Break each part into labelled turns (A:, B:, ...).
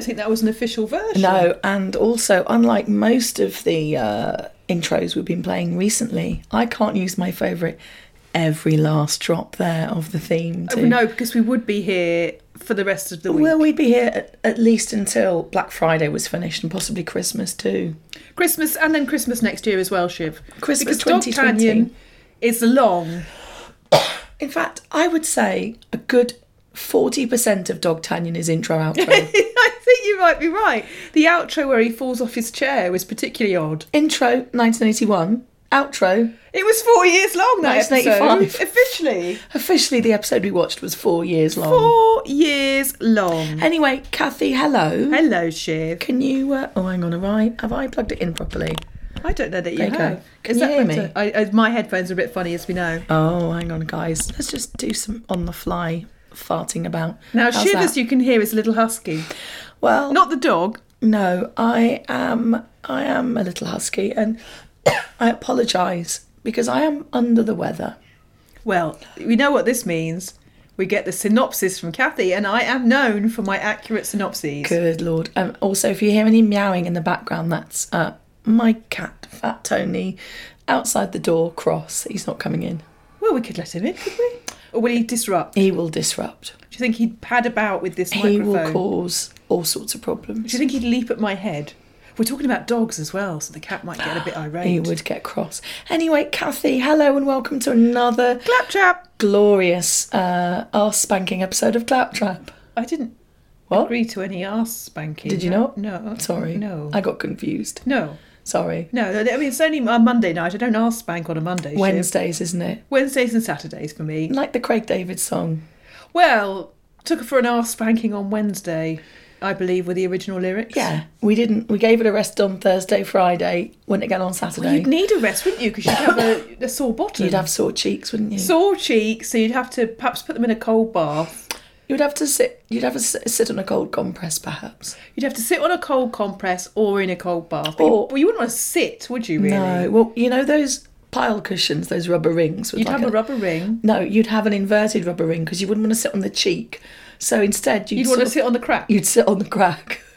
A: think that was an official version.
B: No, and also, unlike most of the uh, intros we've been playing recently, I can't use my favourite every last drop there of the theme.
A: Oh,
B: To,
A: No, because we would be here for the rest of the week.
B: Well, we'd be here at, at least until Black Friday was finished and possibly Christmas too.
A: Christmas and then Christmas next year as well, Shiv.
B: Christmas
A: because
B: 2020.
A: Dog Tanyan is long.
B: In fact, I would say a good 40% of Dog Tanyan is intro outro.
A: I think you might be right. The outro where he falls off his chair was particularly odd.
B: intro 1981, outro.
A: It was four years long, that
B: Nice
A: episode.
B: 85.
A: Officially.
B: Officially, the episode we watched was four years long.
A: Four years long.
B: Anyway, Kathy, hello.
A: Hello, Shiv.
B: Can you? Uh, oh, hang on. Have I have I plugged it in properly?
A: I don't know that you
B: There you go.
A: have.
B: Can
A: Is
B: you
A: that
B: hear
A: better?
B: me?
A: I, I, my headphones are a bit funny, as we know.
B: Oh, hang on, guys. Let's just do some on the fly farting about.
A: Now,
B: How's
A: Shiv,
B: that?
A: as you can hear, is a little husky.
B: well,
A: Not the dog.
B: no, I am I am a little husky, and I apologise because I am under the weather.
A: Well, we know what this means. We get the synopsis from Kathy, and I am known for my accurate synopses.
B: Good lord. Um, also, if you hear any meowing in the background, that's uh, my cat, Fat Tony, outside the door. Cross. He's not coming in.
A: Well, we could let him in, could we? Or will he disrupt?
B: He will disrupt.
A: Do you think he'd pad about with this
B: He
A: microphone?
B: will cause all sorts of problems.
A: Do you think he'd leap at my head? We're talking about dogs as well, so the cat might get a bit irate.
B: He would get cross. Anyway, Kathy, hello and welcome to another
A: Claptrap!
B: glorious uh, ass spanking episode of Claptrap.
A: I didn't
B: What?
A: agree to any ass spanking.
B: Did you not?
A: No.
B: Sorry.
A: No.
B: I got confused.
A: No.
B: Sorry.
A: No, I mean, it's only a Monday night. I don't ass spank on a Monday. Shiv.
B: Wednesdays, isn't it?
A: Wednesdays and Saturdays for me.
B: Like the Craig David song.
A: Well, took her for an ass spanking on Wednesday, I believe, were the original lyrics.
B: Yeah. We didn't, we gave it a rest on Thursday, Friday, went again on
A: Well,
B: Saturday.
A: you'd need a rest, wouldn't you? Because you'd have a, a sore bottom.
B: You'd have sore cheeks, wouldn't you?
A: sore cheeks, so you'd have to perhaps put them in a cold bath.
B: you'd have to sit. You'd have to s- sit on a cold compress, perhaps.
A: You'd have to sit on a cold compress or in a cold bath. But
B: Or-
A: you, well, you wouldn't want to sit, would you? Really?
B: No. Well, you know those pile cushions, those rubber rings. With
A: You'd
B: like
A: have a rubber ring.
B: No, you'd have an inverted rubber ring because you wouldn't want to sit on the cheek. So instead, you'd,
A: You'd
B: sort
A: want to
B: of-
A: sit on the crack.
B: You'd sit on the crack.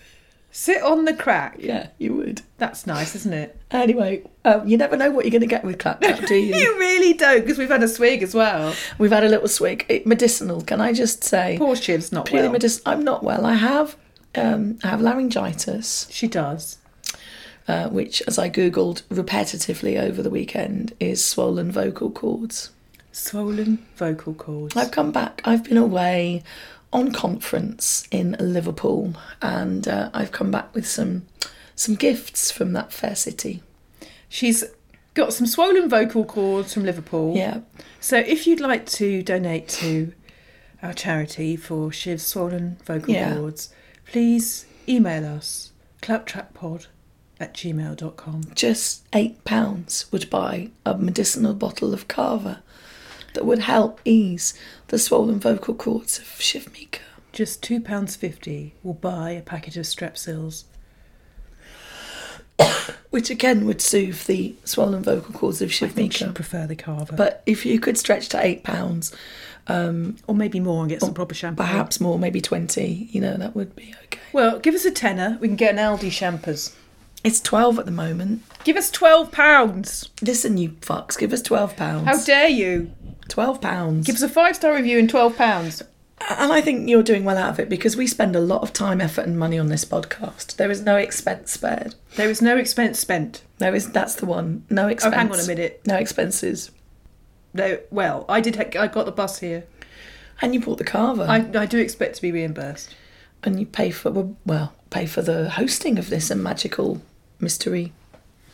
A: Sit on the crack.
B: Yeah, you would.
A: That's nice, isn't it?
B: Anyway, um, you never know what you're going to get with claptrap, do you?
A: You really don't, because we've had a swig as well.
B: We've had a little swig. It, medicinal, can I just say?
A: Poor Shiv's not
B: Purely
A: well.
B: medicinal. I'm not well. I have, um, I have laryngitis.
A: she does.
B: uh, which, as I googled repetitively over the weekend, is swollen vocal cords.
A: Swollen vocal cords.
B: I've come back. I've been away on conference in Liverpool, and uh, I've come back with some some gifts from that fair city.
A: She's got some swollen vocal cords from Liverpool.
B: Yeah,
A: So if you'd like to donate to our charity for Shiv's swollen vocal
B: Yeah.
A: cords, please email us claptrappod at gmail.com.
B: just eight pounds would buy a medicinal bottle of carver that would help ease the swollen vocal cords of Shiv Mika.
A: Just £2.50 will buy a packet of Strepsils.
B: Which again would soothe the swollen vocal cords of
A: I
B: Shiv
A: think
B: Mika.
A: she'd prefer the carver.
B: But if you could stretch to eight pounds,
A: or maybe more and get some proper shampoo.
B: Oh, perhaps more, maybe 20, you know, that would be okay.
A: Well, give us a tenner. We can get an Aldi shampers.
B: It's 12 at the moment.
A: Give us £12.
B: Listen, you fucks, give us 12 pounds.
A: How dare you?
B: 12 pounds.
A: Oh. Give us a five star review in £12.
B: and I think you're doing well out of it because we spend a lot of time, effort, and money on this podcast. There is no expense spared.
A: There is no expense spent.
B: No, is that's the one. No
A: Oh,
B: expense.
A: hang on a minute.
B: No expenses.
A: No, well, I did. Ha- I got the bus here.
B: And you bought the carver,
A: I, I do expect to be reimbursed.
B: and you pay for well, well, pay for the hosting of this and magical mystery,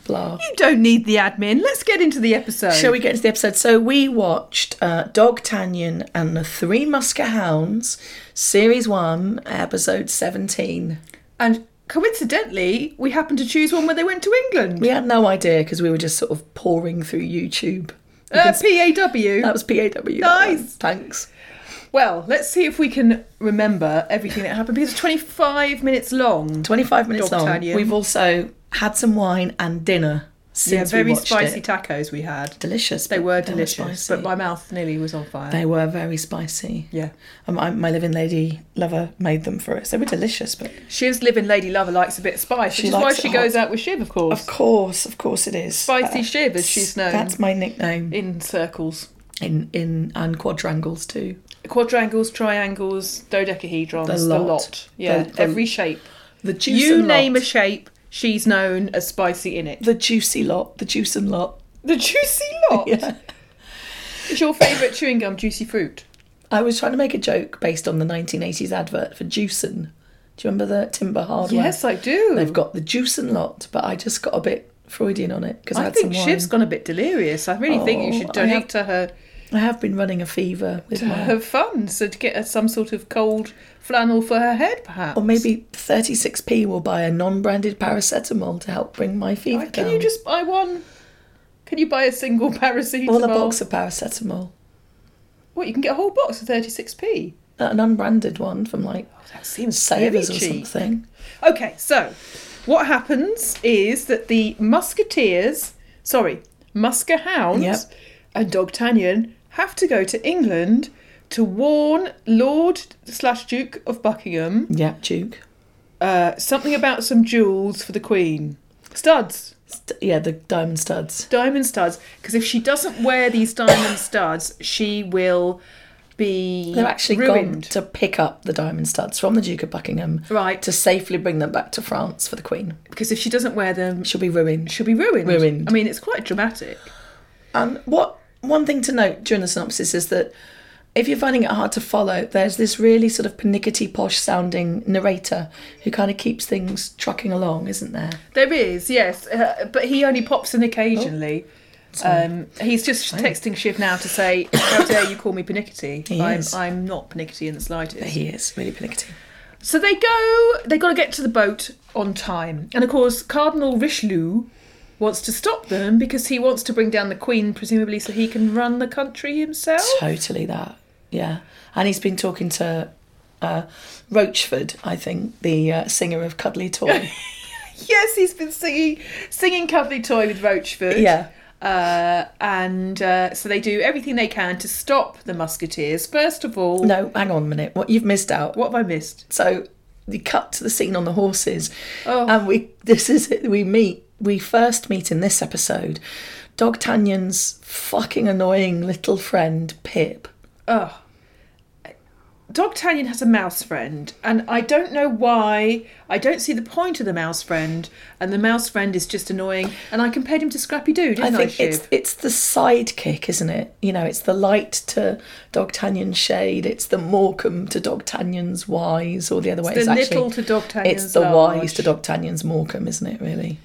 B: blah.
A: You don't need the admin. Let's get into the episode.
B: Shall we get into the episode? So we watched uh, Dog Tanyan and the Three Musker Hounds, Series 1, Episode 17.
A: And coincidentally, we happened to choose one where they went to England.
B: We had no idea because we were just sort of pouring through YouTube.
A: Uh, PAW.
B: That was PAW. that one.
A: Nice.
B: Thanks.
A: well, let's see if we can remember everything that happened because it's 25 minutes long.
B: 25 minutes
A: Dog
B: long.
A: Tanyan.
B: We've also had some wine and dinner.
A: Yeah,
B: since we
A: very
B: watched
A: spicy
B: it.
A: tacos we had.
B: Delicious.
A: They
B: but
A: were
B: they
A: delicious,
B: spicy.
A: but my mouth nearly was on fire.
B: they were very spicy.
A: yeah.
B: Um, I, my living lady lover made them for us. They were delicious, but
A: Shiv's living lady lover likes a bit of spice,
B: She
A: which is why
B: likes
A: she
B: it
A: goes
B: hot.
A: out with Shiv, of course.
B: of course, of course, it is
A: Spicy
B: Uh,
A: Shiv, as she's known
B: That's my nickname
A: in circles.
B: in in and quadrangles too.
A: Quadrangles, triangles, dodecahedrons,
B: The
A: the
B: lot.
A: lot. Yeah,
B: The- the-
A: every shape.
B: The juice
A: You
B: and lot.
A: name a shape, she's known as spicy in it.
B: the juicy lot, the juice and lot.
A: The juicy lot.
B: Yeah.
A: Is your favourite chewing gum juicy fruit?
B: I was trying to make a joke based on the 1980s advert for Juicin. Do you remember the Timber Hardware?
A: Yes, I do.
B: They've got the Juicin lot, but I just got a bit Freudian on it because I,
A: I
B: had
A: think
B: some
A: Shiv's
B: wine.
A: gone a bit delirious. I really think you
B: Oh,
A: should
B: I have-
A: donate to her
B: I have been running a fever with
A: to
B: my.
A: her fun, so to get her some sort of cold flannel for her head, perhaps.
B: Or maybe 36p will buy a non-branded paracetamol to help bring my fever
A: Uh, Can
B: down.
A: you just buy one? Can you buy a single paracetamol?
B: Or a box of paracetamol,
A: What you can get a whole box for thirty six p.
B: an unbranded one from like
A: That seems
B: Savers or
A: very cheap.
B: something.
A: Okay, so what happens is that the musketeers, sorry, musker hounds
B: Yep.
A: and Dogtanyan have to go to England to warn Lord slash Duke of Buckingham
B: Yeah, Duke.
A: uh, something about some jewels for the Queen. Studs,
B: St- yeah, the diamond studs.
A: diamond studs, because if she doesn't wear these diamond studs, she will be
B: They're actually gone
A: ruined.
B: to pick up the diamond studs from the Duke of Buckingham
A: Right,
B: to safely bring them back to France for the Queen.
A: because if she doesn't wear them,
B: She'll be ruined.
A: she'll be ruined.
B: Ruined.
A: I mean, it's quite dramatic.
B: And what one thing to note during the synopsis is that if you're finding it hard to follow, there's this really sort of pernickety posh sounding narrator who kind of keeps things trucking along, isn't there?
A: There is, yes, uh, but he only pops in occasionally. um, he's just texting Shiv now to say, "How dare you call me pernickety?
B: He
A: I'm,
B: is.
A: I'm not pernickety in the
B: But
A: slightest."
B: he is really pernickety.
A: So they go. They got to get to the boat on time, and of course, Cardinal Richelieu wants to stop them because he wants to bring down the Queen, presumably, so he can run the country himself.
B: Totally that. Yeah. And he's been talking to uh, Roachford, I think, the uh, singer of Cuddly Toy.
A: Yes, he's been singing, singing "Cuddly Toy" with Roachford.
B: yeah.
A: Uh, and uh, so they do everything they can to stop the musketeers. First of all,
B: No, hang on a minute. What you've missed out.
A: what have I missed?
B: So we cut to the scene on the horses,
A: Oh.
B: and we this is it. We meet. We first meet in this episode, Dog Tanyan's fucking annoying little friend Pip.
A: Oh. Dog Tanyan has a mouse friend, and I don't know why. I don't see the point of the mouse friend, and the mouse friend is just annoying. And I compared him to Scrappy Doo, didn't I,
B: I think
A: Shiv?
B: it's it's the sidekick, isn't it? You know, it's the light to Dog Tanyan's shade. It's the Morecambe to Dog Tanyan's wise, or the other way.
A: the
B: actually-
A: little to Dog Tanyan's
B: It's the
A: large.
B: wise to Dog Tanyan's Morecambe, isn't it? Really.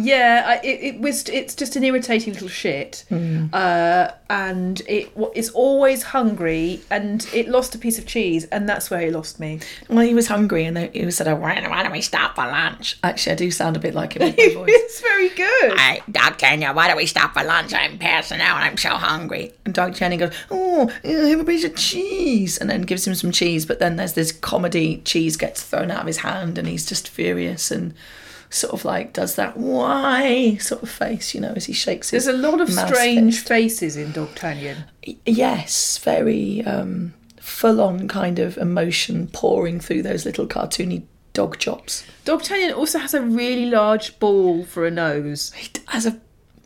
A: Yeah, I, it, it was. It's just an irritating little shit,
B: Hmm.
A: uh, and it wa- it's always hungry, and it lost a piece of cheese, and that's where it lost me.
B: Well, he was hungry, and he was sort of, why don't why don't we stop for lunch? Actually, I do sound a bit like him with my voice.
A: it's very good.
B: Hey, Doc Tanya, why don't we stop for lunch? I'm passing out. I'm so hungry. And Doc Tanya goes, Oh, I have a piece of cheese. And then gives him some cheese. But then there's this comedy cheese gets thrown out of his hand and he's just furious and sort of like does that why sort of face, you know, as he shakes his.
A: There's a lot of
B: mouse
A: strange
B: fist.
A: faces in Dog Tanyan.
B: Yes, very um, full on kind of emotion pouring through those little cartoony dog chops.
A: Dog Tanyan also has a really large ball for a nose.
B: It has a.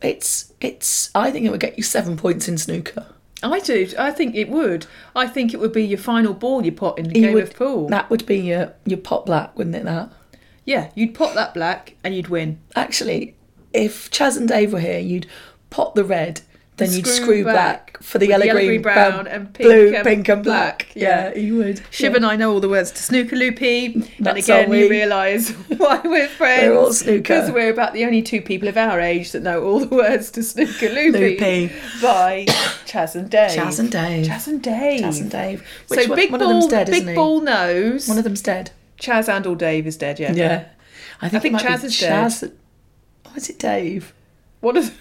B: It's. It's. I think it would get you seven points in snooker.
A: I do. I think it would. I think it would be your final ball you pot in the
B: You
A: game
B: would-
A: of pool.
B: That would be your your pot black, wouldn't it? That
A: Yeah, you'd pot that black and you'd win.
B: actually, if Chaz and Dave were here, you'd pot the red, then you'd
A: Screw
B: screw
A: back
B: back, for the
A: with
B: yellow,
A: yellow,
B: green,
A: green, brown, and pink
B: blue,
A: and
B: pink, and black.
A: black.
B: Yeah.
A: Yeah.
B: you would.
A: Shiv and I know all the words to snooker loopy, and
B: That's
A: again
B: all
A: you
B: we-
A: realise why we're friends.
B: We're all snooker.
A: because we're about the only two people of our age that know all the words to snooker loopy,
B: Loopy.
A: by Chaz and Dave.
B: Chaz and Dave.
A: Chaz and Dave.
B: Chaz and Dave.
A: So
B: Which one,
A: big
B: one
A: ball,
B: of them's dead,
A: big
B: isn't he?
A: ball knows.
B: One of them's dead.
A: Chaz and all Dave is dead. Yeah.
B: Yeah, I think, it
A: think
B: might be
A: Chaz is dead.
B: Chaz dead. Or is it Dave?
A: What is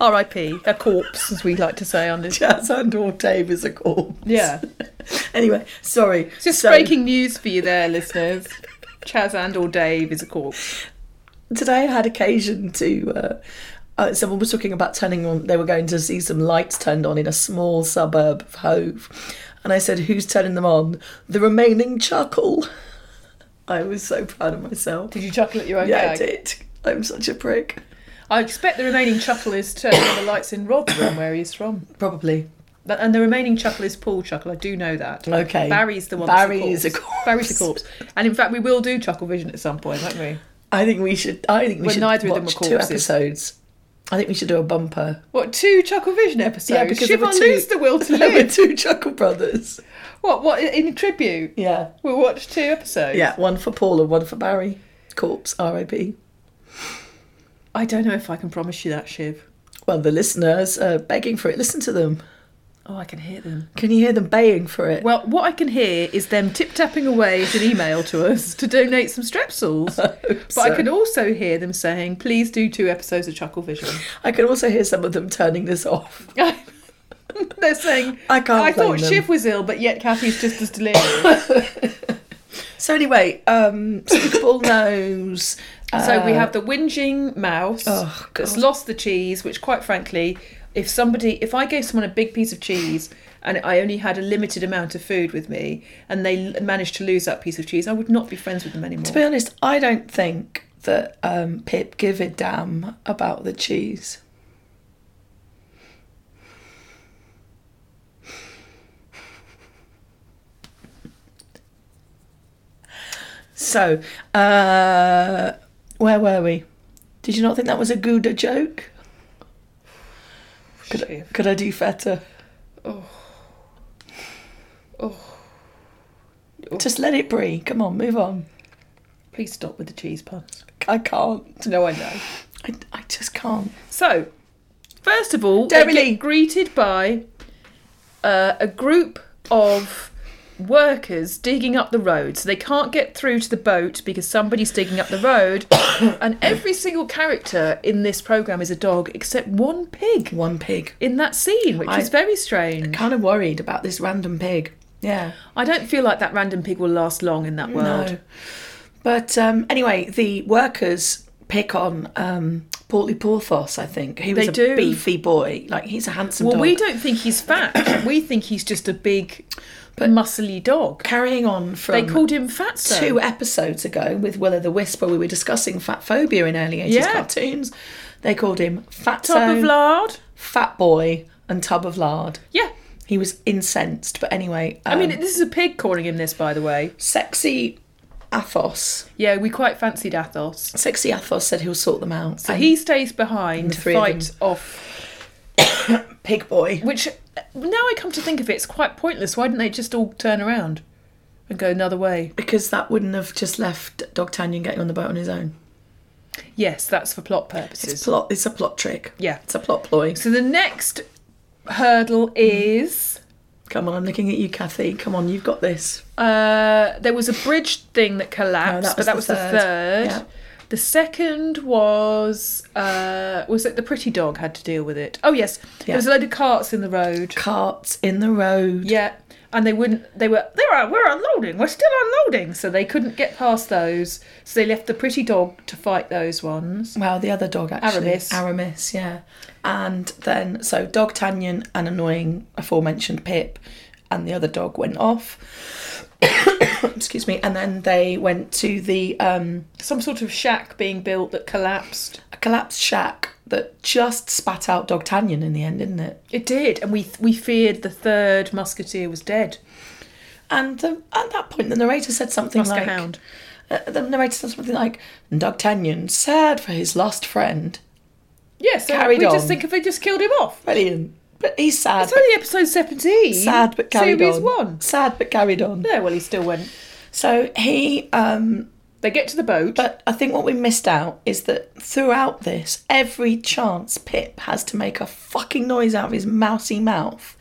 A: R.I.P. A corpse, as we like to say on this.
B: Chaz and or Dave is a corpse.
A: Yeah.
B: anyway, sorry.
A: Just
B: So-
A: breaking news for you there, listeners. Chaz and or Dave is a corpse.
B: today I had occasion to. Uh, uh, someone was talking about turning on. They were going to see some lights turned on in a small suburb of Hove, and I said, "Who's turning them on?" The remaining chuckle. I was so proud of myself.
A: Did you chuckle at your own
B: Yeah, I
A: gag?
B: did. I'm such a prick.
A: I expect the remaining chuckle is turning on the lights in Rotherham, where he's from.
B: Probably.
A: But, and the remaining chuckle is Paul Chuckle. I do know that.
B: Okay.
A: Barry's the one.
B: Barry
A: that's
B: is
A: the
B: a
A: corpse.
B: corpse.
A: Barry's the corpse. And in fact, we will do Chuckle Vision at some point, won't we?
B: I think we should. I think we
A: Well,
B: should
A: neither of them
B: watch
A: were
B: two
A: corpses.
B: episodes. I think we should do a bumper.
A: What two Chuckle Vision episodes?
B: Yeah, because there were
A: Siobhan
B: two-
A: lose the will to
B: There were
A: live.
B: two Chuckle Brothers.
A: What? What in tribute?
B: Yeah.
A: We'll watch two episodes.
B: Yeah, one for Paul and one for Barry. Corpse, R.I.P.
A: I don't know if I can promise you that, Shiv.
B: Well, the listeners are begging for it. Listen to them.
A: Oh, I can hear them.
B: Can you hear them baying for it?
A: Well, what I can hear is them tip tapping away at an email to us to donate some Strepsils. but I
B: so.
A: can also hear them saying, please do two episodes of Chuckle Vision.
B: I can also hear some of them turning this off.
A: They're saying,
B: I can't
A: I thought
B: blame them.
A: Shiv was ill, but yet Kathy's just as delirious.
B: So anyway, um, Paul knows.
A: so we
B: uh,
A: have the whinging mouse
B: Oh,
A: that's
B: God.
A: lost the cheese, which, quite frankly, if somebody, if I gave someone a big piece of cheese and I only had a limited amount of food with me and they l- managed to lose that piece of cheese, I would not be friends with them anymore.
B: To be honest, I don't think that um, Pip give a damn about the cheese. So, uh, where were we? Did you not think that was a Gouda joke? Could I,
A: Shiv.
B: could I do feta?
A: Oh.
B: Just let it breathe. Come on, move on.
A: Please stop with the cheese puns.
B: I can't.
A: No, I know.
B: I, I just can't.
A: So, first of all,
B: Dairy
A: they
B: Lee.
A: get greeted by uh, a group of workers digging up the road. So they can't get through to the boat because somebody's digging up the road. and every single character in this program is a dog except one pig
B: One pig.
A: in that scene, which
B: I-
A: is very strange.
B: Kind of worried about this random pig. Yeah.
A: I don't feel like that random pig will last long in that world.
B: No. But um, anyway, the workers pick on um, Portly Porthos, I think. He was
A: They
B: a
A: do.
B: beefy boy. Like, he's a handsome
A: Well,
B: dog.
A: we don't think he's fat. we think he's just a big, muscly dog.
B: Carrying on from...
A: They called him Fatso.
B: two episodes ago with Will o' the Wisp, where we were discussing fat phobia in early 80s
A: Yeah.
B: cartoons. They called him Fat
A: Top of lard.
B: Fat Boy, and Tub of Lard.
A: Yeah.
B: He was incensed, but anyway.
A: I mean,
B: um,
A: this is a pig calling him this, by the way.
B: sexy Athos.
A: Yeah, we quite fancied Athos.
B: Sexy Athos said he'll sort them out.
A: So he stays behind to
B: three of
A: fight off.
B: pig boy.
A: Which, uh, now I come to think of it, it's quite pointless. Why didn't they just all turn around and go another way?
B: Because that wouldn't have just left Dog Tanyan getting on the boat on his own.
A: Yes, that's for plot purposes.
B: It's plot. It's a plot trick.
A: Yeah.
B: It's a plot ploy.
A: so the next hurdle is
B: Come on, I'm looking at you, Kathy. Come on, you've got this.
A: uh, there was a bridge thing that collapsed,
B: No, that
A: but that was
B: was
A: the
B: the
A: third.
B: third. Yeah.
A: The second was uh, was it the pretty dog had to deal with it? Oh yes, there
B: Yeah.
A: was a load of carts in the road.
B: Carts in the road.
A: Yeah, and they wouldn't. They were. They were. We're unloading. We're still unloading. So they couldn't get past those. So they left the pretty dog to fight those ones.
B: Well, the other dog actually.
A: Aramis.
B: Aramis, yeah. And then so Dog Tanyan and annoying aforementioned Pip and the other dog went off. Excuse me. And then they went to the um
A: Some sort of shack being built that collapsed.
B: collapsed shack that just spat out Dog Tanyan in the end, didn't it?
A: It did, and we we feared the third musketeer was dead.
B: And the, at that point, the narrator said something
A: Musker
B: like,
A: hound.
B: Uh, the narrator said something like, "Doug Tanyan, sad for his lost friend."
A: Yes, yeah, so
B: Carried
A: we just
B: on.
A: think if they just killed him off.
B: Brilliant, but he's sad.
A: It's only episode seventeen.
B: sad but carried
A: series
B: on.
A: one.
B: Sad but carried on.
A: Yeah, well, he still went.
B: So he, um,
A: They get to the boat.
B: but I think what we missed out is that throughout this, every chance Pip has to make a fucking noise out of his mousy mouth.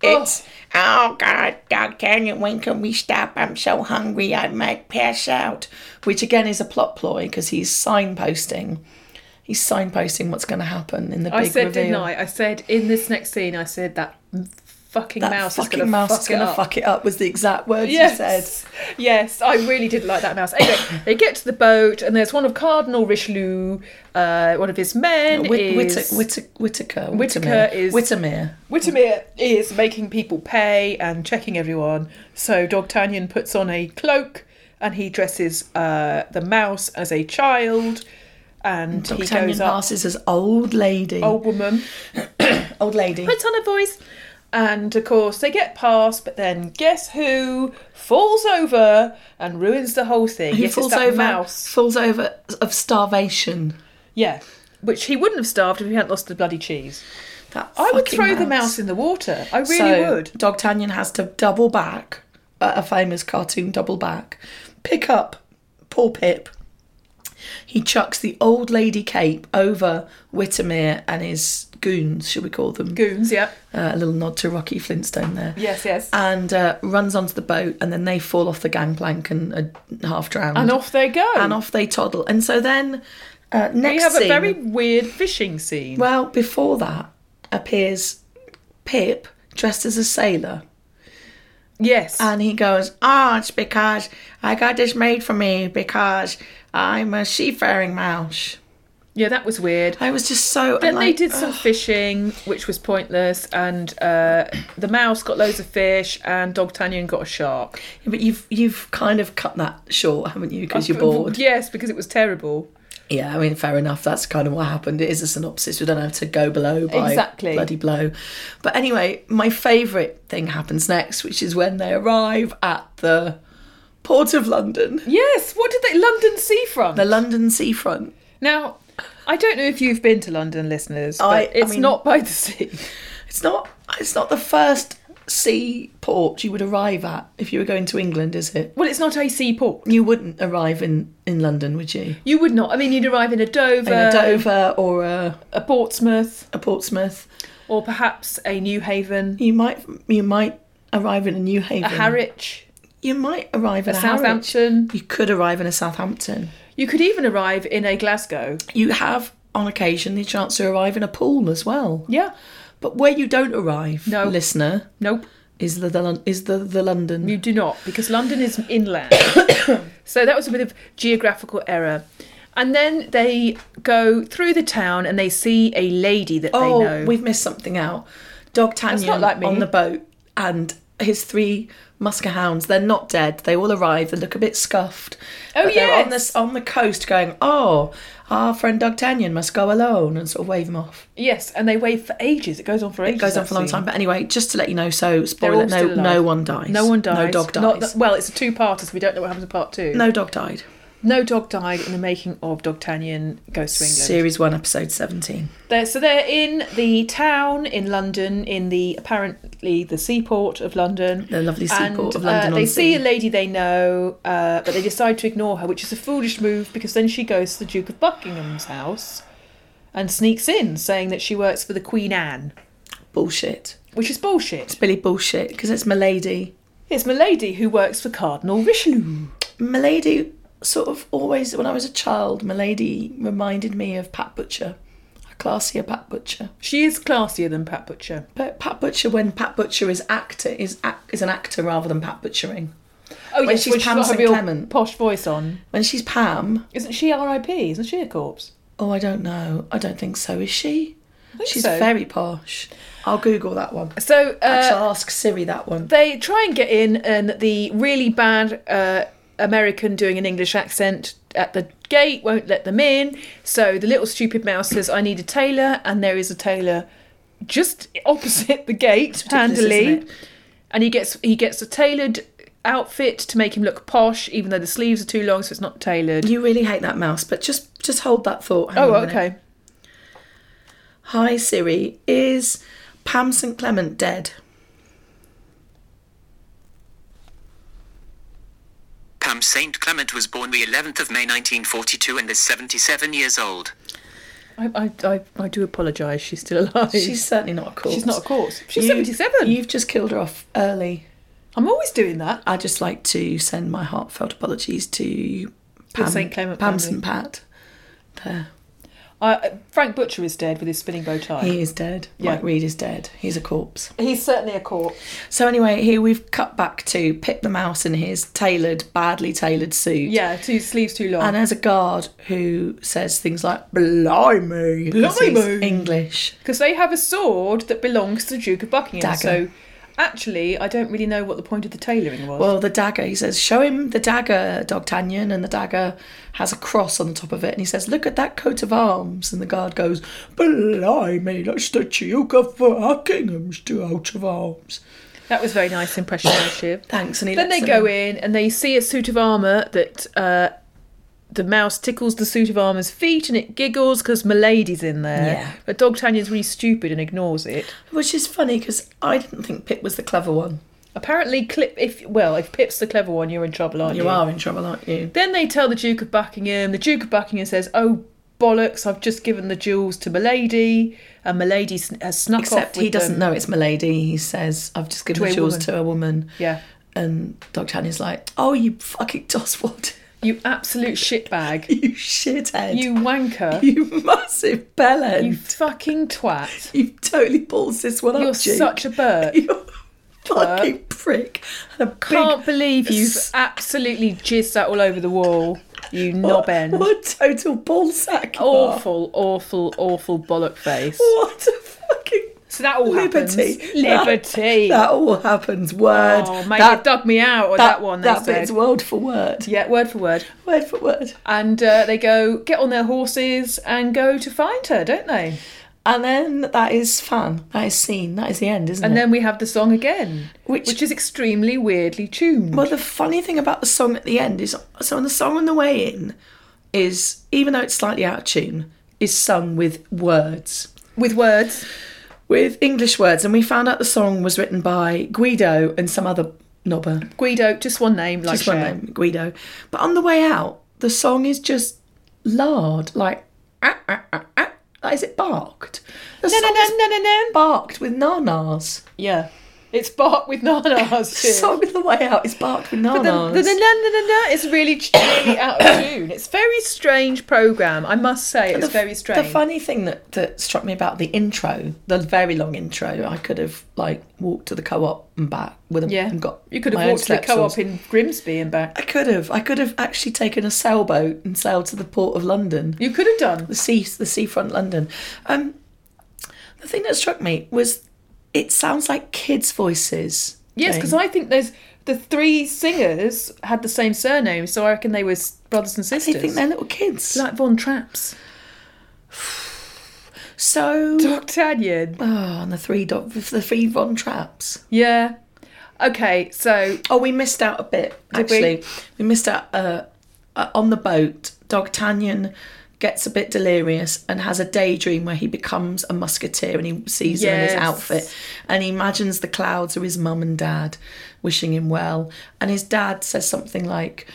B: It's oh, god, Doug Tanyan, when can we stop? I'm so hungry, I might pass out. Which again is a plot ploy because he's signposting. He's signposting what's going to happen in the big
A: I said,
B: reveal.
A: didn't I? I said in this next scene, I said that fucking
B: That
A: mouse
B: fucking
A: is gonna
B: mouse
A: fuck
B: is
A: it
B: gonna
A: up.
B: fuck it up was the exact words you said.
A: Yes. Yes, I really did like that mouse. Anyway, they get to the boat, and there's one of Cardinal Richelieu, uh, one of his men.
B: Whit-
A: is,
B: Whitta- Whitta- Whittaker.
A: Whittaker
B: Whittemere.
A: is-
B: Whittemere.
A: Whittemere is making people pay and checking everyone. So Dogtanyan puts on a cloak and he dresses uh, the mouse as a child and he
B: D'Artagnan
A: goes up.
B: passes as old lady.
A: Old woman
B: old lady.
A: puts on a voice, and of course they get past. But then guess who falls over and ruins the whole thing?
B: He
A: yes,
B: falls
A: it's that
B: over.
A: mouse.
B: Falls over of starvation.
A: Yeah, which he wouldn't have starved if he hadn't lost the bloody cheese.
B: That
A: I would
B: fucking
A: throw the mouse in the water. I really
B: so,
A: would.
B: Dogtanyan has to double back, uh, a famous cartoon double back, pick up poor Pip. He chucks the old lady cape over Whittemere and his goons, should we call them?
A: Goons, yeah.
B: Uh, a little nod to Rocky Flintstone there.
A: Yes, yes.
B: And uh, runs onto the boat, and then they fall off the gangplank and are half drowned.
A: And off they go.
B: And off they toddle. And so then, uh, next
A: We have a
B: scene-
A: very weird fishing scene.
B: Well, before that appears Pip dressed as a sailor.
A: yes.
B: And he goes, Oh, it's because I got this made for me because I'm a seafaring mouse.
A: yeah, that was weird.
B: I was just so.
A: Then
B: like,
A: they did some fishing, which was pointless, and uh, the mouse got loads of fish, and Dog Tanyan got a shark.
B: But you've you've kind of cut that short, haven't you? Because you're
A: But-
B: bored.
A: Yes, because it was terrible.
B: Yeah, I mean, fair enough. That's kind of what happened. It is a synopsis. We don't have to go below by
A: Exactly.
B: bloody blow. But anyway, my favourite thing happens next, which is when they arrive at the port of London,
A: Yes, what did they? London seafront.
B: the London seafront.
A: now, I don't know if you've been to London, listeners, but
B: I- I
A: it's
B: mean-
A: not by the sea.
B: It's not. It's not the first sea port you would arrive at if you were going to England, is it?
A: Well, it's not a seaport.
B: You wouldn't arrive in in London, would you?
A: You would not. I mean, you'd arrive in a Dover,
B: In a Dover or a,
A: a Portsmouth,
B: a Portsmouth,
A: or perhaps a New Haven,
B: you might you might arrive in a New Haven.
A: a Harwich,
B: You might arrive in
A: a
B: a, Harwich.
A: Southampton.
B: You could arrive in a Southampton.
A: You could even arrive in a Glasgow.
B: You have on occasion the chance to arrive in a pool as well.
A: Yeah.
B: But where you don't arrive,
A: No.
B: listener,
A: Nope.
B: is the, the Lon- is the the London.
A: You do not, because London is inland. so that was a bit of geographical error. And then they go through the town and they see a lady that they
B: oh,
A: know.
B: we've missed something out. Dog Tanyan
A: not like me.
B: on the boat and his three musker hounds. They're not dead. They all arrive. They look a bit scuffed.
A: Oh,
B: but They're on
A: yes.
B: this on the coast, going, "Oh, our friend Dog Tanyan must go alone," and sort of wave him off.
A: yes, and they wait for ages. It goes on for ages.
B: It goes on for a long
A: that
B: time.
A: scene.
B: But anyway, just to let you know, so
A: They're
B: spoiler,
A: all
B: no,
A: still alive.
B: no one dies.
A: No one dies.
B: No dog dies.
A: Not that- well, it's a two-parter, so we don't know what happens in part two.
B: no dog died.
A: No dog died in the making of Dogtanyan Goes to England.
B: Series one, episode seventeen.
A: They're, so they're in the town in London, in the apparently the seaport of London.
B: The lovely seaport of London
A: Uh, they
B: on
A: see
B: sea.
A: a lady they know, uh, but they decide to ignore her, which is a foolish move because then she goes to the Duke of Buckingham's house and sneaks in, saying that she works for the Queen Anne,
B: Bullshit.
A: which is bullshit.
B: Billy bullshit because it's Milady.
A: It's Milady who works for Cardinal Richelieu.
B: Milady sort of always, when I was a child, Milady reminded me of Pat Butcher, a classier Pat Butcher.
A: She is classier than Pat Butcher.
B: But Pat Butcher, when Pat Butcher is actor, is ac- is an actor rather than Pat Butchering.
A: Oh,
B: When she's
A: when
B: Pam
A: got her
B: St.
A: real
B: Clement.
A: posh voice on.
B: When she's Pam,
A: Isn't she R.I.P.? Isn't she a corpse?
B: oh, I don't know, I don't think so. Is she? She's
A: so.
B: very posh. I'll Google that one.
A: So uh,
B: I shall ask Siri that one.
A: they try and get in, and the really bad uh, American doing an English accent at the gate won't let them in. So the little stupid mouse says, I need a tailor, and there is a tailor just opposite the gate,
B: ridiculous,
A: handily.
B: isn't
A: And he gets he gets a tailored outfit to make him look posh, even though the sleeves are too long, so it's not tailored.
B: You really hate that mouse, but just just hold that thought. Hang
A: Oh,
B: on a minute.
A: okay.
B: Hi Siri, is Pam St Clement dead?
C: Pam St. Clement was born the 11th of May 1942 and is 77 years old.
A: I, I, I, I do apologise. She's still alive.
B: She's certainly not a corpse.
A: She's not a corpse. She's
B: You-
A: 77.
B: You've just killed her off early.
A: I'm always doing that.
B: I'd just like to send my heartfelt apologies to
A: The
B: Pam
A: St. Clement
B: Pam
A: family.
B: St. Pat. There.
A: I, Frank Butcher is dead with his spinning bow tie.
B: He is dead.
A: Yeah.
B: Mike Reed is dead. He's a corpse.
A: He's certainly a corpse.
B: So anyway, here we've cut back to Pip the Mouse in his tailored, badly tailored suit.
A: Yeah, two sleeves too long.
B: And as a guard who says things like "blimey," 'cause he's
A: Blimey.
B: English.
A: Because they have a sword that belongs to the Duke of Buckingham.
B: Dagger.
A: So actually, I don't really know what the point of the tailoring was.
B: Well, the dagger. He says, "Show him the dagger, D'Artagnan," and the dagger has a cross on the top of it. And he says, "Look at that coat of arms." And the guard goes, "Blimey, that's the Duke of Buckingham's coat of arms."
A: that was a very nice impression, Shiv.
B: Thanks. And he
A: Then they go in and they see a suit of armour that uh, the mouse tickles the suit of armour's feet and it giggles because Milady's in there.
B: Yeah.
A: But Dog Tanya's really stupid and ignores it.
B: which is funny because I didn't think Pip was the clever one.
A: Apparently, Clip, if well, if Pip's the clever one, you're in trouble, aren't you?
B: You are in trouble, aren't you?
A: Then they tell the Duke of Buckingham. The Duke of Buckingham says, "Oh bollocks! I've just given the jewels to Milady, and Milady sn- has snuck off."
B: Except
A: with
B: he doesn't
A: them."
B: know it's Milady. He says, "I've just given
A: To a
B: the jewels
A: woman.
B: to a woman."
A: Yeah,
B: And D'Artagnan's like, "Oh, you fucking doswad,
A: you absolute shitbag!
B: you shithead,
A: You wanker!
B: you massive bellend."
A: You fucking twat!
B: You've totally balls this one
A: You're
B: up, Jake.
A: such a bird!
B: You're a fucking prick. And a
A: Can't
B: big
A: believe you've
B: s-
A: absolutely jizzed that all over the wall.
B: Oh
A: You knob end!
B: What a total ball sack. you are.
A: Awful, awful, awful bollock face.
B: What a fucking
A: So that all
B: Oh, liberty.
A: happens.
B: That-
A: Liberty.
B: That, all happens. Word.
A: oh, mate,
B: that,
A: it dug me out. Or that, one. They
B: That
A: said.
B: bit's word for word.
A: Yeah, word for word.
B: Word for word.
A: and uh, they go get on their horses and go to find her, don't they?
B: And then that is fan. That is scene. That is the end, isn't
A: And
B: it?
A: then we have the song again,
B: Which-
A: which is extremely weirdly tuned.
B: Well, the funny thing about the song at the end is so in the song on the way in is even though it's slightly out of tune, is sung with words.
A: With words,
B: with English words, and we found out the song was written by Guido and some other knobber.
A: Guido, just one name, like
B: Just one
A: Cher.
B: name, Guido. But on the way out, the song is just lard, like ah, ah, ah, ah. Like, is it barked? The
A: No, no,
B: song
A: no,
B: is
A: no, no, no.
B: barked with nanas.
A: Yeah, it's Bart with nanas.
B: The song on the way out is barked with
A: The,
B: nanas.
A: the, the, the, the, it's really, really out of tune. It's very strange program, I must say. It's
B: The-
A: very strange.
B: The funny thing that, that struck me about the intro, the very long intro, I could have like walked to the co-op and back with a,
A: yeah,
B: and got
A: you could
B: my
A: have
B: own
A: walked to the
B: step sauce.
A: co-op in Grimsby and back.
B: I could have. I could have actually taken a sailboat and sailed to the port of London,
A: You could have done.
B: the sea, the seafront London. Um, the thing that struck me was it sounds like kids' voices.
A: Yes, because I think there's the three singers had the same surname, so I reckon they were s- brothers and
B: they
A: sisters.
B: think they're little kids.
A: like Von Trapps.
B: so,
A: D'Artagnan.
B: oh, and the three dot, the three Von Traps.
A: Yeah. Okay, so
B: Oh, we missed out a bit.
A: we?
B: Actually, we? missed out uh, uh, on the boat. D'Artagnan gets a bit delirious and has a daydream where he becomes a musketeer and he sees him in his
A: Yes.
B: outfit and he imagines the clouds are his mum and dad wishing him well and his dad says something like.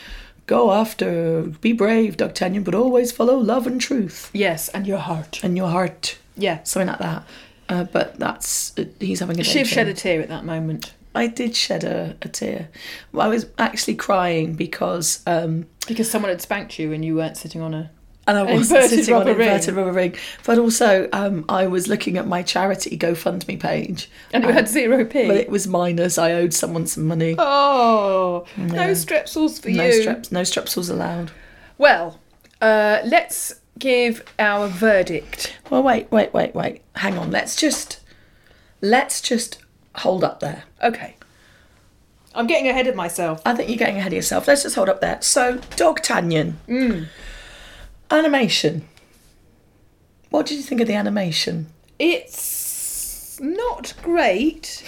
B: Go after, be brave, D'Artagnan, but always follow love and truth
A: yes, and your heart.
B: and your heart,
A: Yeah.
B: something like that. Uh, but that's uh, he's having a
A: Shiv
B: daydream.
A: shed a tear at that moment
B: I did shed a, a tear. Well, I was actually crying because, um,
A: because someone had spanked you and you weren't sitting on a.
B: and I
A: An
B: was
A: inverted
B: sitting on an
A: rubber ring.
B: inverted rubber ring, but also um, I was looking at my charity GoFundMe page,
A: And it had zero p.
B: Oh. but it was minus. I owed someone some money.
A: Oh, no strepsils for
B: no
A: you.
B: straps, no strepsils allowed.
A: well, uh, let's give our verdict.
B: Well, wait, wait, wait, wait. Hang on. Let's just, let's just hold up there.
A: Okay. I'm getting ahead of myself.
B: I think you're getting ahead of yourself. Let's just hold up there. So, Dog Tanyan,
A: Mm.
B: animation. What did you think of the animation?
A: It's not great.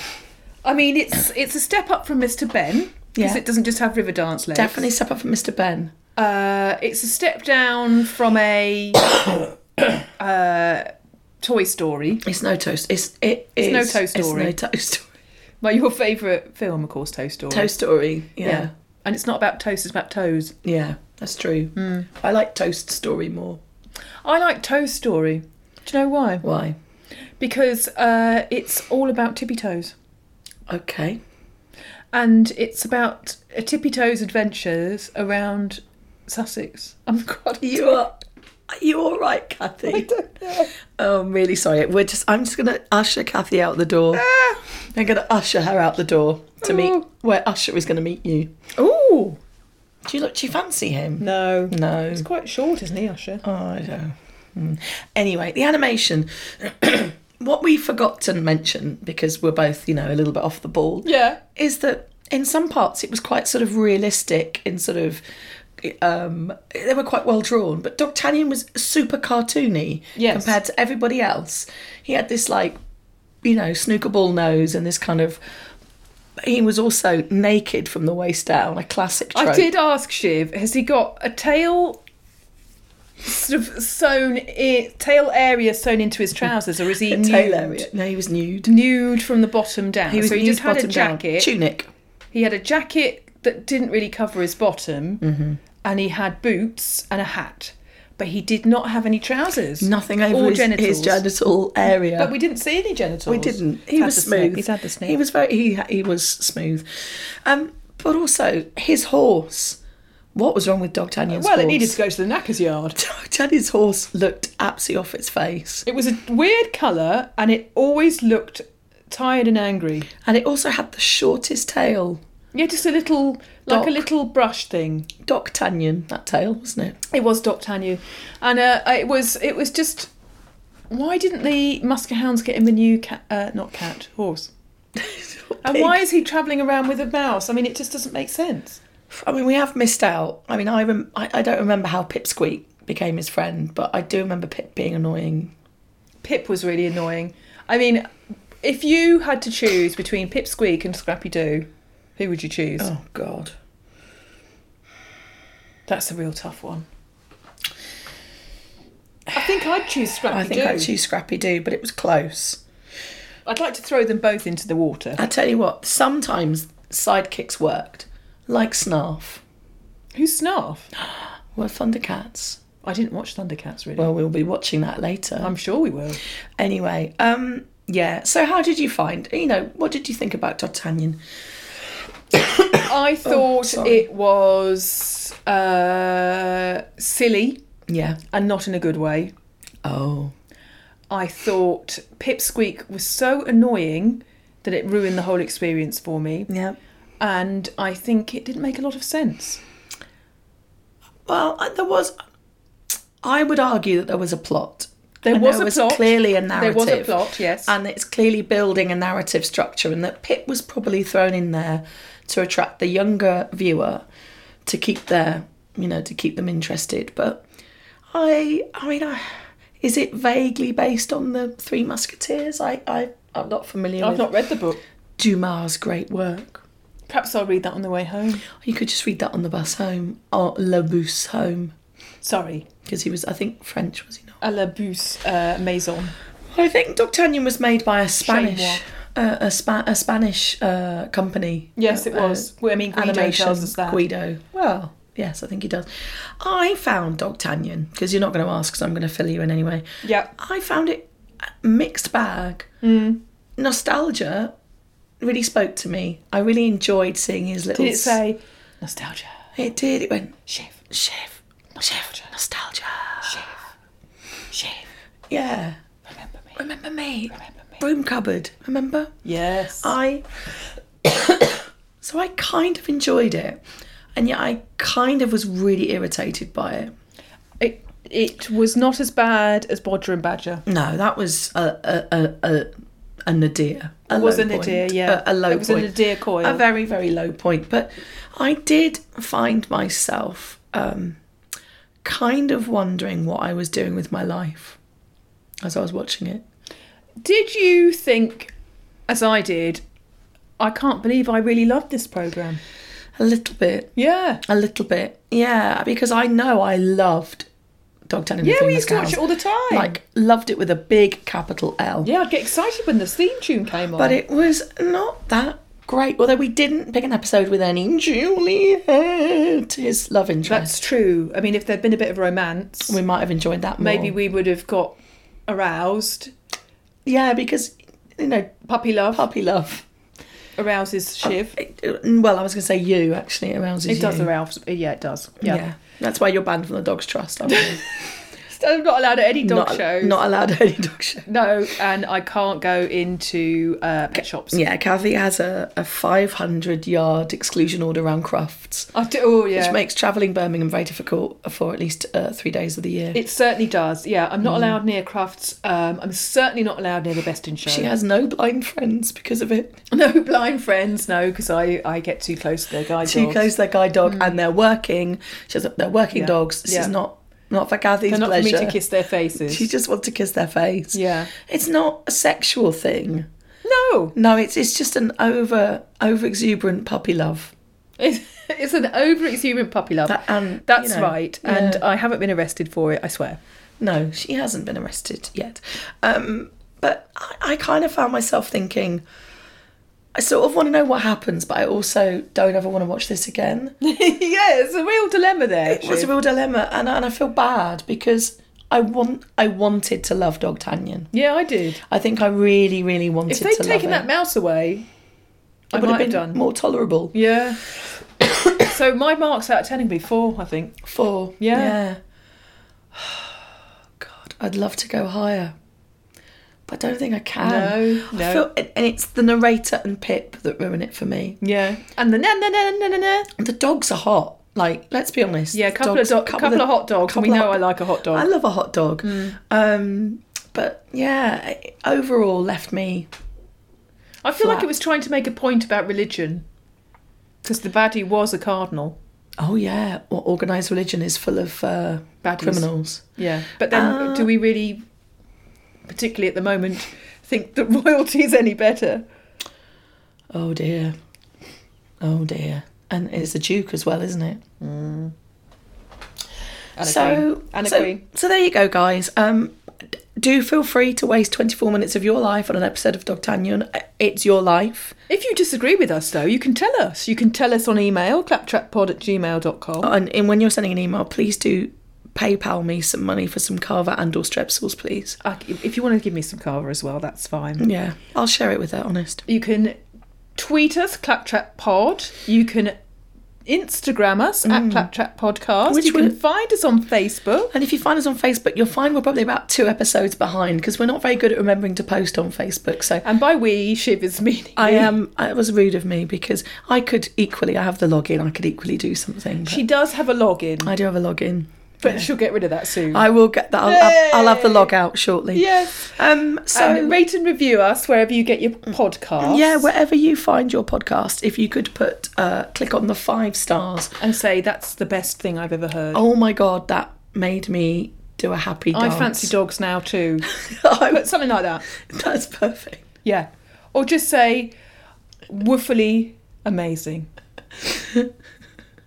A: I mean, it's it's a step up from Mr. Ben because
B: Yeah.
A: it doesn't just have River Dance legs.
B: Definitely step up from Mr. Ben.
A: Uh, it's a step down from a uh, Toy Story,
B: It's no toast. It's it is.
A: no Toy Story.
B: It's no toast story.
A: well, your favourite film, of course, Toy Story.
B: Toast story. Yeah.
A: yeah.
B: yeah,
A: And it's not about toast; it's about toes.
B: That's true. I like toast story more.
A: I like Toy Story. Do you know why?
B: Why?
A: Because uh, it's all about tippy toes.
B: Okay.
A: and it's about uh, a tippy toes adventures around Sussex. I'm Oh God.
B: You are Are you all right, Kathy? I don't know. Oh, I'm really sorry. We're just. I'm just gonna usher Kathy out the door. I'm gonna usher her out the door to meet
A: Oh.
B: where Usher is gonna meet you.
A: Ooh.
B: Do you look? Do you fancy him?
A: No.
B: No.
A: He's quite short, isn't he, Usher?
B: Oh, I don't. know. Hmm. Anyway, the animation. what we forgot to mention because we're both, you know, a little bit off the ball.
A: Yeah.
B: Is that in some parts it was quite sort of realistic and sort of. Um, they were quite well drawn, but D'Artagnan was super cartoony
A: Yes.
B: compared to everybody else. He had this like, you know, snooker ball nose and this kind of. He was also naked from the waist down, a classic. Trope.
A: I did ask Shiv, has he got a tail sort of sewn, i tail area sewn into his trousers, or is he nude?
B: tail area. No, he was nude.
A: Nude from the bottom down. so he
B: nude
A: just had a
B: bottom down.
A: jacket.
B: tunic.
A: He had a jacket that didn't really cover his bottom,
B: Mm-hmm.
A: and he had boots and a hat, but he did not have any trousers.
B: Nothing over
A: or
B: his,
A: genitals.
B: his genital area.
A: But we didn't see any genitals.
B: We didn't. He
A: He's had
B: was
A: the snip.
B: smooth.
A: He's had the snip.
B: He was very. He he was smooth. Um, but also his horse. What was wrong with Dog Tanyan's
A: well,
B: horse?
A: it needed to go to the knacker's yard.
B: Dog Tanyan's horse looked absolutely off its face,
A: It was a weird colour, and it always looked tired and angry.
B: and it also had the shortest tail.
A: Yeah, just a little, like a
B: Doc.
A: little brush thing.
B: Dog Tanyan, that tail wasn't it?
A: It was Doc Tanu, and uh, it was it was just. Why didn't the Musker Hounds get him a new cat? Uh, not cat, horse. And
B: Big.
A: why is he travelling around with a mouse? I mean, it just doesn't make sense.
B: I mean, we have missed out. I mean, I rem- I, I don't remember how Pipsqueak became his friend, but I do remember Pip being annoying.
A: Pip was really annoying. I mean, if you had to choose between Pip Squeak and Scrappy Doo, who would you choose?
B: Oh God.
A: That's a real tough one. I think I'd choose Scrappy
B: I think
A: Doo.
B: I'd choose Scrappy Doo, but it was close.
A: I'd like to throw them both into the water.
B: I tell you what, sometimes sidekicks worked, like Snarf.
A: Who's Snarf?
B: We're Thundercats.
A: I didn't watch Thundercats really.
B: Well, we'll be watching that later.
A: I'm sure we will.
B: anyway, um, yeah. So, how did you find? You know, what did you think about D'Artagnan?
A: I thought
B: sorry.
A: it was uh, silly
B: Yeah.
A: and not in a good way.
B: Oh,
A: I thought Pipsqueak was so annoying that it ruined the whole experience for me.
B: yeah.
A: And I think it didn't make a lot of sense.
B: Well, I- there was. I would argue that there was a plot.
A: There
B: And
A: was
B: there
A: a
B: was
A: plot.
B: clearly a
A: There was a
B: narrative.
A: plot, yes.
B: and it's clearly building a narrative structure and that Pip was probably thrown in there to attract the younger viewer to keep their you know to keep them interested but I I mean I is it vaguely based on the Three Musketeers I, I I'm not familiar
A: I've
B: with
A: not read the book.
B: Dumas great work
A: Perhaps I'll read that on the way home.
B: you could just read that on the bus home or le bus home
A: Sorry.
B: because he was I think French was he not
A: A la Buse uh, Maison.
B: I think D'Artagnan was made by a Spanish
A: Chamois.
B: uh, a, Spa- a Spanish uh, company
A: Yes, it
B: Uh,
A: was. Well, I mean, Guido
B: animation
A: tells us that.
B: Guido. Well, yes, I think he does. I found D'Artagnan because you're not going to ask, because I'm going to fill you in anyway.
A: Yeah.
B: I found it a mixed bag.
A: Mm.
B: Nostalgia really spoke to me. I really enjoyed seeing his little.
A: Did it say nostalgia?
B: It did. It went
A: Shiv.
B: chef, chef, nostalgia.
A: Shiv.
B: Yeah,
A: Remember me.
B: remember me.
A: Remember me.
B: Broom cupboard. Remember?
A: Yes.
B: I so I kind of enjoyed it, and yet I kind of was really irritated by it.
A: It, it was not as bad as Bodger and Badger.
B: No, that was a a a, a, a nadir. A
A: It was
B: low
A: a nadir,
B: point.
A: yeah.
B: A, a low
A: It was a
B: point.
A: nadir coil.
B: A very very low point. But I did find myself um, kind of wondering what I was doing with my life as I was watching it.
A: Did you think, as I did, I can't believe I really loved this program?
B: A little bit.
A: Yeah.
B: A little bit, yeah, because I know I loved Dogtown and the
A: Yeah,
B: Three
A: we used to watch
B: Musketeers.
A: it all the time.
B: Like, loved it with a big capital L.
A: Yeah, I'd get excited when the theme tune came on.
B: But it was not that great. Although we didn't pick an episode with any Juliet, his love interest.
A: That's true. I mean, if there'd been a bit of romance,
B: we might have enjoyed that more.
A: maybe we would have got aroused.
B: Yeah, because, you know,
A: Puppy love
B: puppy love.
A: arouses Shiv.
B: It- well, I was going to say you, actually. It arouses
A: It
B: you.
A: does arouse. Yeah, it does.
B: Yeah.
A: Yeah.
B: That's why you're banned from the Dogs Trust. I mean.
A: I'm not allowed at any dog
B: not,
A: shows.
B: Not allowed at any dog show.
A: no, and I can't go into uh, pet shops.
B: Yeah, Kathy has a, a 500 yard exclusion order around Crofts,
A: I do, oh, yeah.
B: which makes travelling Birmingham very difficult for at least uh, three days of the year.
A: It certainly does. Yeah, I'm not
B: Mm.
A: allowed near Crafts. Um, I'm certainly not allowed near the Best in Show.
B: she has no blind friends because of it.
A: no blind friends, no, because I, I get too close to their guide
B: Too
A: dogs.
B: close to their guide dog, and they're working. She has, they're working
A: Yeah.
B: dogs. This is
A: Yeah.
B: not not for Kathy's
A: They're not
B: pleasure.
A: for me to kiss their faces.
B: She just wants to kiss their face.
A: Yeah.
B: It's not a sexual thing.
A: no,
B: No, it's it's just an over over exuberant puppy love.
A: it's, it's an overexuberant puppy love.
B: That- and,
A: That's
B: you know,
A: right, and
B: yeah.
A: I haven't been arrested for it. I swear.
B: No, she hasn't been arrested yet. Um, but I, I kind of found myself thinking, I sort of want to know what happens, but I also don't ever want to watch this again.
A: yeah, it's a real dilemma there.
B: It was a real dilemma, and and I feel bad because I want I wanted to love Dog Tanyan.
A: yeah, I did.
B: I think I really really wanted
A: If
B: to.
A: they'd taken
B: love
A: that
B: it.
A: mouse away, I might
B: It would
A: have
B: have been
A: done.
B: more tolerable.
A: Yeah. so my marks out of ten would be four, I think.
B: Four.
A: Yeah.
B: God, I'd love to go higher. But I don't think I
A: Um,
B: can.
A: No, no.
B: I feel, and and it's the narrator and Pip that ruin it for me.
A: Yeah. And the na na na na na na.
B: The dogs are hot. Like, let's be honest.
A: Yeah, a couple of
B: dogs-
A: dog- couple of hot dogs, and we
B: couple of
A: know
B: hot-
A: I like a hot dog. Mm.
B: I love a hot dog. Um, but yeah, it overall left me.
A: I feel like
B: Flat.
A: it was trying to make a point about religion. Because the baddie was a cardinal.
B: Oh yeah, well, organised religion is full of uh,
A: Baddies.
B: criminals.
A: Yeah. Uh. But then do we really, particularly at the moment, think that royalty is any better?
B: Oh dear. Oh dear. And it's a duke as well, isn't it?
A: And a
B: so,
A: Mm. queen. And a
B: so,
A: queen.
B: so there you go, guys. Um, d- do feel free to waste 24 minutes of your life on an episode of Dog Tanyan. It's your life.
A: If you disagree with us, though, you can tell us. You can tell us on email, claptrappod at gmail.com.
B: And, and when you're sending an email, please do PayPal me some money for some Carver and or Strepsils, please.
A: I, Uh, if you want to give me some carver as well, that's fine.
B: Yeah, I'll share it with her, honest.
A: You can tweet us, Claptrap Pod. You can Instagram us at Claptrap Podcast.
B: Mm. Which
A: you can
B: would-
A: find us on Facebook.
B: And if you find us on Facebook, you'll find we're probably about two episodes behind because we're not very good at remembering to post on Facebook. So
A: And by we, Shiv is meaning.
B: I
A: we.
B: am. It was rude of me because I could equally. I have the login. I could equally do something. but
A: She does have a login,
B: I do have a login.
A: but she'll get rid of that soon.
B: I will get that. I'll, have, I'll have the log out shortly.
A: yes.
B: Um. So.
A: And rate and review us wherever you get your podcast.
B: yeah, wherever you find your podcast, if you could put uh, click on the five stars.
A: And say that's the best thing I've ever heard.
B: Oh my god, that made me do a happy
A: I
B: dance.
A: fancy dogs now too. But
B: I-
A: something like that.
B: That's perfect.
A: Yeah. Or just say woefully amazing.